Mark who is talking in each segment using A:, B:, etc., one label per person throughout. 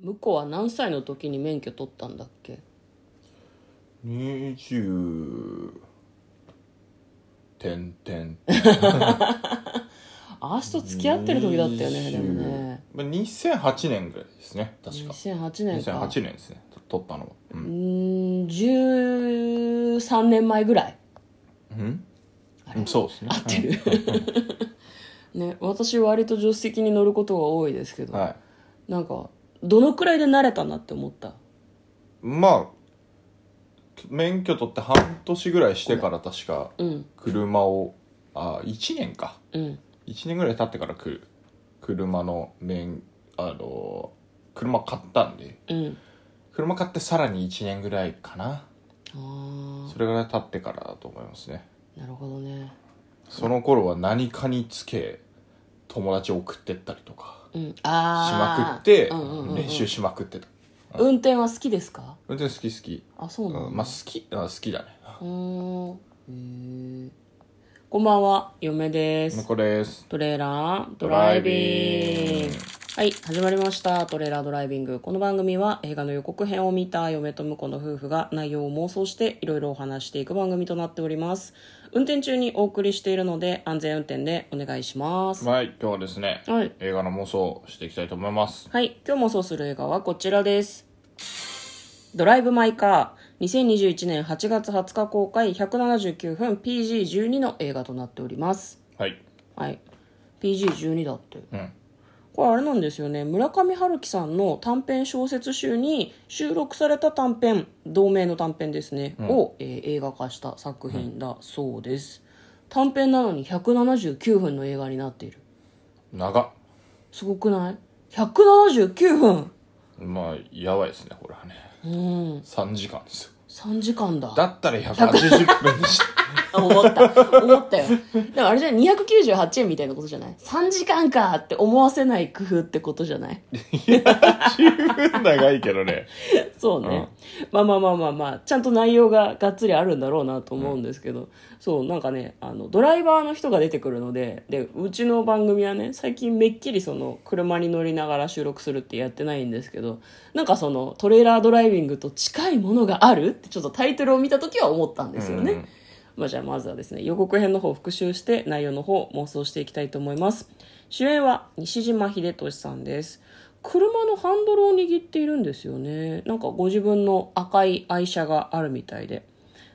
A: 向こうは何歳の時に免許取ったんだっけ
B: 二十点点
A: あースと付き合ってる時だったよねでもね
B: まあ2008年ぐらいですね確か
A: 2008年か
B: 2008年ですねと撮ったのはう、
A: うんーん13年前ぐらい
B: うんうん、そうですね合って
A: る ね私割と助手席に乗ることが多いですけど、
B: はい
A: なんかどのくらいで慣れたなって思った
B: まあ免許取って半年ぐらいしてから確か
A: うん
B: 車をあ1年か
A: うん
B: 1年ぐらい経ってから来る車の免あの車買ったんで
A: うん
B: 車買ってさらに1年ぐらいかな
A: あ
B: それぐらい経ってからだと思いますね
A: あなるほどね
B: その頃は何かにつけ友達を送ってったりとか
A: うん
B: しま
A: ああ
B: くって
A: うんうんうんうん
B: 練習しまくってた
A: 運転は好きですか
B: 運転好き好き、
A: あそうなんだ、
B: うん、まあ好きあ好きだね
A: うーんへえこんばんは嫁です
B: これです
A: トレーラード
B: ド
A: ラ
B: ラ
A: イ
B: イ
A: ビ
B: ビ
A: ン
B: ン
A: グ
B: グ
A: はい始まりましたトレーラードライビングこの番組は映画の予告編を見た嫁と婿の夫婦が内容を妄想していろいろお話していく番組となっております運転中にお送りしているので安全運転でお願いします
B: はい今日はですね、
A: はい
B: 映画の妄想をしていきたいと思います
A: はい今日妄想する映画はこちらですドライブ・マイ・カー2021年8月20日公開179分 PG12 の映画となっております
B: はい
A: はい PG12 だって
B: うん
A: これあれなんですよね村上春樹さんの短編小説集に収録された短編同名の短編ですね、を、えー映画化した作品だそうです、短編なのに179分の映画になっている
B: 長っ
A: すごくない179分
B: まあやばいですねこれはね
A: うん
B: 3時間ですよ
A: 3時間だ
B: だったら180分にし
A: 思った思ったよでもあれじゃない298円みたいなことじゃない3時間かって思わせない工夫ってことじゃない
B: 十分長いけどね
A: そうね、まあまあまあまあまあちゃんと内容ががっつりあるんだろうなと思うんですけど、そうなんかねあのドライバーの人が出てくるのででうちの番組はね最近めっきりその車に乗りながら収録するってやってないんですけどなんかそのトレーラードライビングと近いものがあるってちょっとタイトルを見た時は思ったんですよね。
B: うんうん
A: まあ、じゃあまずはですね予告編の方を復習して内容の方を妄想していきたいと思います主演は西島秀俊さんです車のハンドルを握っているんですよねなんかご自分の赤い愛車があるみたいで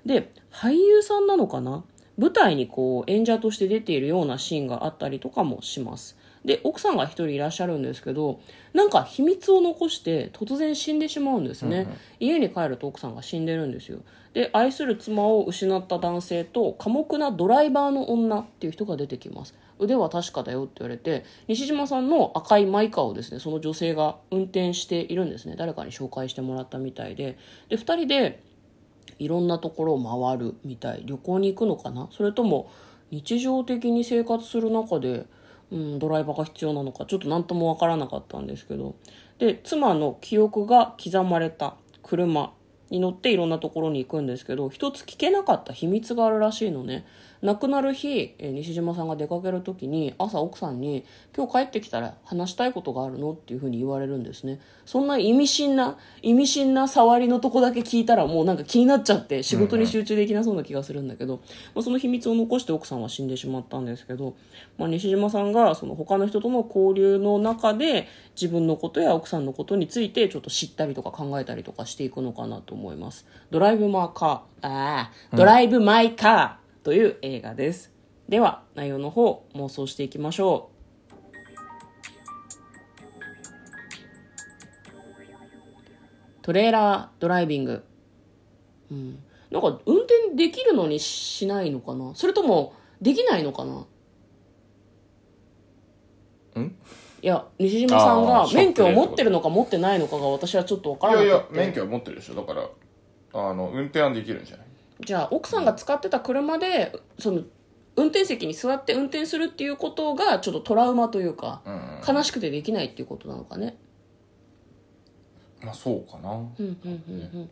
A: で俳優さんなのかな舞台にこう演者として出ているようなシーンがあったりとかもしますで奥さんが一人いらっしゃるんですけどなんか秘密を残して突然死んでしまうんですね、家に帰ると奥さんが死んでるんですよで愛する妻を失った男性と寡黙なドライバーの女っていう人が出てきます腕は確かだよって言われて西島さんの赤いマイカーをですねその女性が運転しているんですね誰かに紹介してもらったみたいでで2人でいろんなところを回るみたい旅行に行くのかなそれとも日常的に生活する中で、うん、ドライバーが必要なのかちょっと何とも分からなかったんですけどで妻の記憶が刻まれた車に乗っていろんなところに行くんですけど一つ聞けなかった秘密があるらしいのね亡くなる日えー西島さんが出かける時に朝奥さんに「今日帰ってきたら話したいことがあるの?」っていうふうに言われるんですねそんな意味深な意味深な触りのとこだけ聞いたらもうなんか気になっちゃって仕事に集中できなそうな気がするんだけど、まあ、その秘密を残して奥さんは死んでしまったんですけど、まあ、西島さんがその他の人との交流の中で自分のことや奥さんのことについてちょっと知ったりとか考えたりとかしていくのかなと思いますドライブマーカーあードライブマイカーという映画です、では内容の方妄想していきましょうトレーラードライビングうんなんか運転できるのにしないのかなそれともできないのかなんいや西島さん
B: あ
A: が
B: ーショックで
A: 免許を持ってるのか持ってないのかが私はちょっと分か
B: い
A: らな
B: やい
A: く
B: や
A: て
B: 免許は持ってるでしょだからあの運転はできるんじゃない
A: じゃあ奥さんが使ってた車でその運転席に座って運転するっていうことがちょっとトラウマというか、
B: うんうん
A: 悲しくてできないっていうことなのかね
B: まあそうかな
A: うんうんうんうん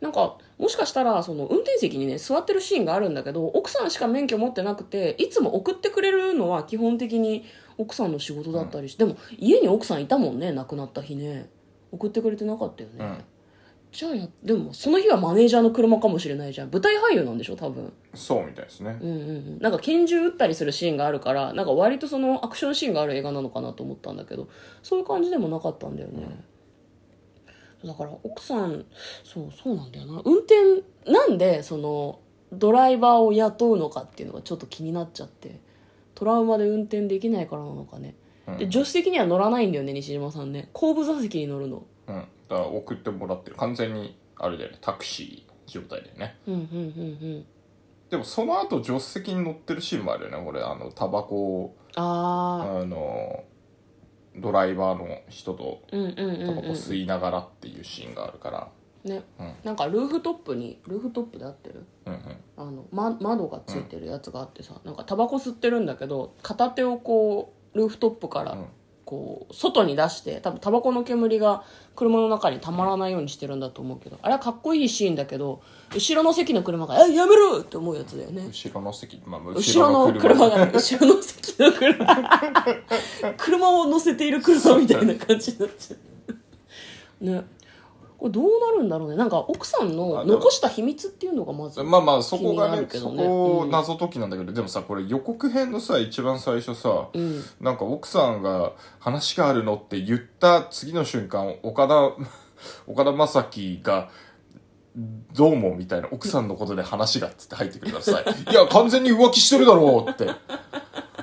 A: なんかもしかしたらその運転席にね座ってるシーンがあるんだけど奥さんしか免許持ってなくていつも送ってくれるのは基本的に奥さんの仕事だったりして、でも家に奥さんいたもんね亡くなった日ね送ってくれてなかったよね、
B: うん
A: じゃあやでもその日はマネージャーの車かもしれないじゃん舞台俳優なんでしょ多分
B: そうみたいですね
A: うんうんうんなんか拳銃撃ったりするシーンがあるからなんか割とそのアクションシーンがある映画なのかなと思ったんだけどそういう感じでもなかったんだよね、だから奥さんそうそうなんだよな運転なんでそのドライバーを雇うのかっていうのがちょっと気になっちゃってトラウマで運転できないからなのかね、
B: うん
A: で助手席には乗らないんだよね西島さんね後部座席に乗るの
B: うん、だから送ってもらってる完全にあれだよねタクシー状態だよね
A: うんうんうんうん
B: でもその後助手席に乗ってるシーンもあるよね俺あのタバコを
A: あ
B: あのドライバーの人と
A: あうんうんうん
B: タバコ
A: うん
B: 吸いながらっていうシーンがあるから、
A: ね、
B: うん
A: なんかルーフトップにルーフトップで合ってる
B: うん
A: あの、ま、窓がついてるやつがあってさ、なんかタバコ吸ってるんだけど片手をこうルーフトップか
B: う
A: ら
B: んうん
A: こう外に出して多分タバコの煙が車の中にたまらないようにしてるんだと思うけどあれはかっこいいシーンだけど後ろの席の車が「えやめろ!」って思うやつだよね
B: 後ろの席、まあ、
A: 後ろの車が、後ろの席の 車車を乗せている車みたいな感じになっちゃうねこれどうなるんだろうねなんか奥さんの残した秘密っていうのがまず
B: まあまあそこ
A: 気に
B: が
A: な
B: ね
A: るけど
B: そ
A: ね
B: こ
A: うん
B: 謎解きなんだけど、でもさこれ予告編のさ一番最初さ、
A: うん
B: なんか奥さんが話があるのって言った次の瞬間岡田 岡田将生が「どうも」みたいな奥さんのことで話がっつって入ってくるからさ「いや完全に浮気してるだろ」うって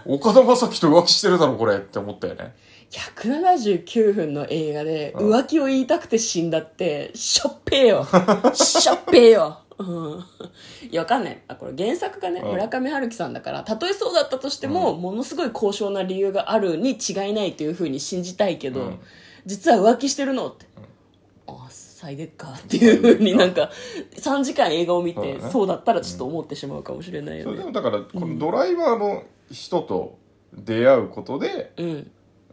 B: 岡田将生と浮気してるだろこれって思ったよね
A: 179分の映画で
B: うん
A: 浮気を言いたくて死んだってしょっぺー よしょっぺーよ、うん、いやわかんないあこれ原作がね
B: うん
A: 村上春樹さんだからたとえそうだったとしても、ものすごい高尚な理由があるに違いないというふうに信じたいけど、
B: うん
A: 実は浮気してるのって、あ最でっかっていうふうになんか3時間映画を見て
B: そ
A: そうう,、
B: だね
A: だったらちょっと思ってしまうかもしれない
B: そ
A: よ
B: れで
A: ね
B: もだからこのドライバーの人と出会うことで、
A: うん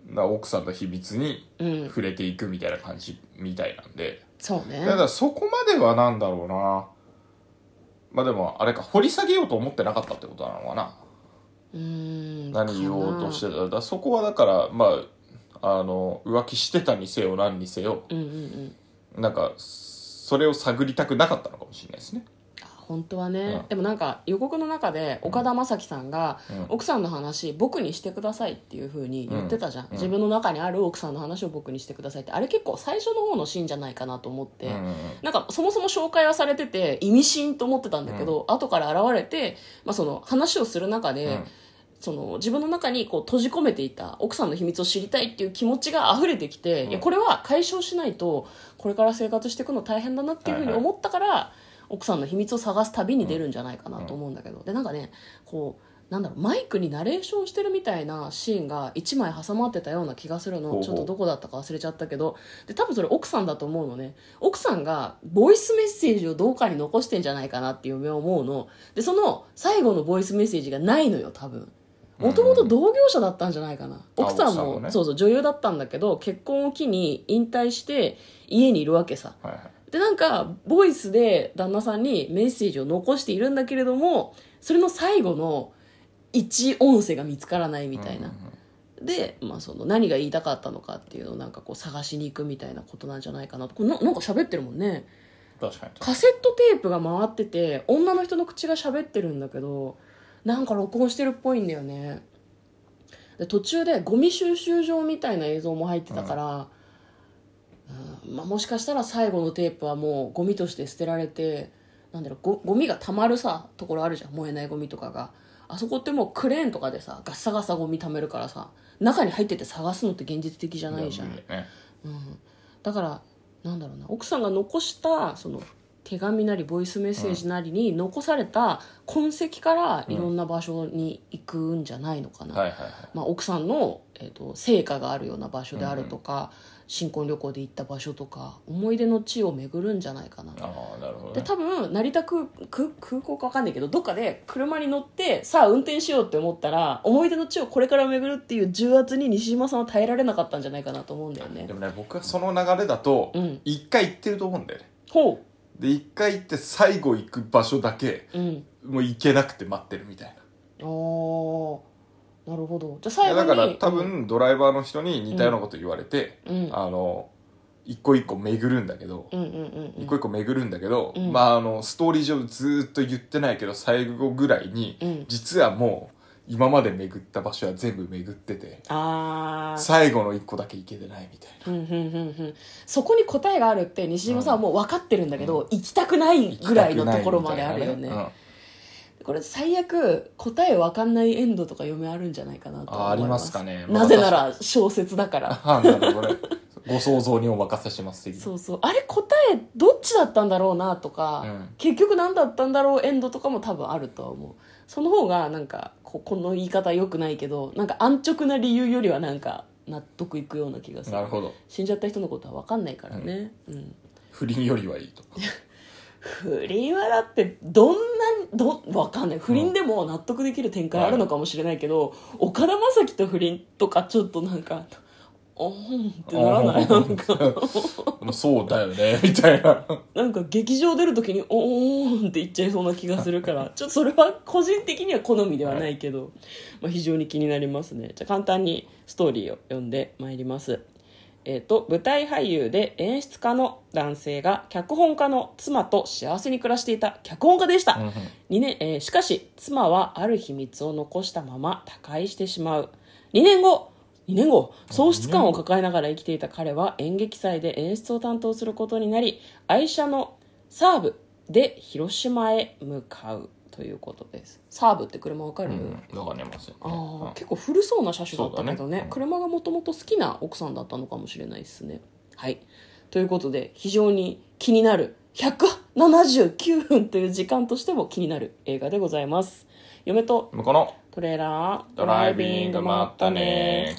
B: な奥さんの秘密に
A: うん
B: 触れていくみたいな感じみたいなんで、
A: そうね
B: だからそこまではなんだろうなまあでもあれか掘り下げようと思ってなかったってことなのかな
A: うん
B: 何言おうとして
A: か
B: ただからそこはだからまああの浮気してたにせよ何にせよ
A: なうんうんうん
B: なんかそれを探りたくなかったのかもしれないですね
A: あ本当はね、
B: うん
A: でもなんか予告の中で岡田将生さんが、
B: うん
A: 奥さんの話僕にしてくださいっていう風に言ってたじゃん、
B: うん
A: 自分の中にある奥さんの話を僕にしてくださいってあれ結構最初の方のシーンじゃないかなと思って、
B: うんうん
A: なんかそもそも紹介はされてて意味深と思ってたんだけど、後から現れて、まあ、その話をする中で、
B: うん
A: その自分の中にこう閉じ込めていた奥さんの秘密を知りたいっていう気持ちが溢れてきて、
B: うん
A: いやこれは解消しないとこれから生活していくの大変だなっていうふうに思ったから、奥さんの秘密を探す旅に出るんじゃないかなと思うんだけど、でなんかねこうなんだろうマイクにナレーションしてるみたいなシーンが1枚挟まってたような気がするの
B: ほうほう
A: ちょっとどこだったか忘れちゃったけどで多分それ奥さんだと思うのね奥さんがボイスメッセージをどうかに残してんじゃないかなって嫁は思うのでその最後のボイスメッセージがないのよ多分もともと同業者だったんじゃないかな、奥さん
B: 奥さん
A: も
B: もね
A: そうそう女優だったんだけど結婚を機に引退して家にいるわけさ
B: はいはい
A: でなんかボイスで旦那さんにメッセージを残しているんだけれどもそれの最後の一音声が見つからないみたいな、
B: うんうんうん
A: で、まあ、その何が言いたかったのかっていうのをなんかこう探しに行くみたいなことなんじゃないかなとこれななんか喋ってるもんね
B: 確かに
A: カセットテープが回ってて女の人の口が喋ってるんだけどなんか録音してるっぽいんだよねで途中でゴミ収集場みたいな映像も入ってたから、うんまあ、もしかしたら最後のテープはもうゴミとして捨てられてなんだろうゴゴミが溜まるさところあるじゃん燃えないゴミとかがあそこってもうクレーンとかでさガッサガサゴミ溜めるからさ中に入ってて探すのって現実的じゃないじゃん
B: いや無理だよね
A: うん、だからなんだろうな奥さんが残したその手紙なりボイスメッセージなりに残された痕跡からいろんな場所に行くんじゃないのかな、
B: はいはいはい
A: まあ、奥さんの、えー、と成果があるような場所であるとか、新婚旅行で行った場所とか思い出の地を巡るんじゃないかな
B: ああなるほど、
A: で
B: ね、
A: 多分成田空空空港か分かんないけどどっかで車に乗ってさあ運転しようって思ったら思い出の地をこれから巡るっていう重圧に西島さんは耐えられなかったんじゃないかなと思うんだよね
B: でもね僕はその流れだと
A: うん
B: 一、回行ってると思うんだよね
A: ほ
B: で一回行って最後行く場所だけ
A: う、うん、
B: もう行けなくて待ってるみたい
A: あーなるほどじゃあ
B: ない
A: 最
B: や
A: 後
B: だ
A: に
B: から多分ドライバーの人に似たようなこと言われて、
A: うん、
B: あの一個一個巡るんだけど、
A: うんうんうんうん
B: 一個一個巡るんだけど、
A: うん
B: まああのストーリー上ずーっと言ってないけど最後ぐらいに、
A: うん
B: 実はもう今まで巡った場所は全部巡ってて
A: ああ
B: 最後の一個だけ行けてないみたいな
A: うんうんうんうんそこに答えがあるって西島さんは
B: う
A: もう分かってるんだけど、行きたくないぐらいのところまであるよね
B: 行きたくないみたいなうん
A: これ最悪答え分かんないエンドとか読みあるんじゃないかなと思い
B: あありますかねまあ
A: なぜなら小説だから
B: あなるほどねご想像にお任せします的な
A: そうそうあれ答えどっちだったんだろうなとか、
B: うん
A: 結局何だったんだろうエンドとかも多分あるとは思うその方がなんかここの言い方良くないけどなんか安直な理由よりはなんか納得いくような気がする
B: なるほど
A: 死んじゃった人のことは分かんないからね、うん、
B: 不倫よりはいいと
A: 不倫はだってどんなどわかんない不倫でも納得できる展開あるのかもしれないけど、岡田将生と不倫とかちょっとなんかおーんってならないなん か
B: もうそうだよね みたいな
A: なんか劇場出る時におーんって言っちゃいそうな気がするからちょっとそれは個人的には好みではないけど、まあ、非常に気になりますねじゃあ簡単にストーリーを読んでまいりますえー、と舞台俳優で演出家の男性が脚本家の妻と幸せに暮らしていた脚本家でした、
B: うんうん
A: 2年、えーしかし妻はある秘密を残したまま他界してしまう2年後2年後喪失感を抱えながら生きていた彼は演劇祭で演出を担当することになり愛車のサーブで広島へ向かうということですサーブって車わかる、
B: うんわかりませんね
A: あー
B: うん
A: 結構古そうな車種だったけど
B: そうだ
A: ね
B: ねうん
A: 車がもともと好きな奥さんだったのかもしれないですねはいということで非常に気になる179分という時間としても気になる映画でございます嫁と
B: 向こうの
A: トレーラー
B: ドライビングもあったね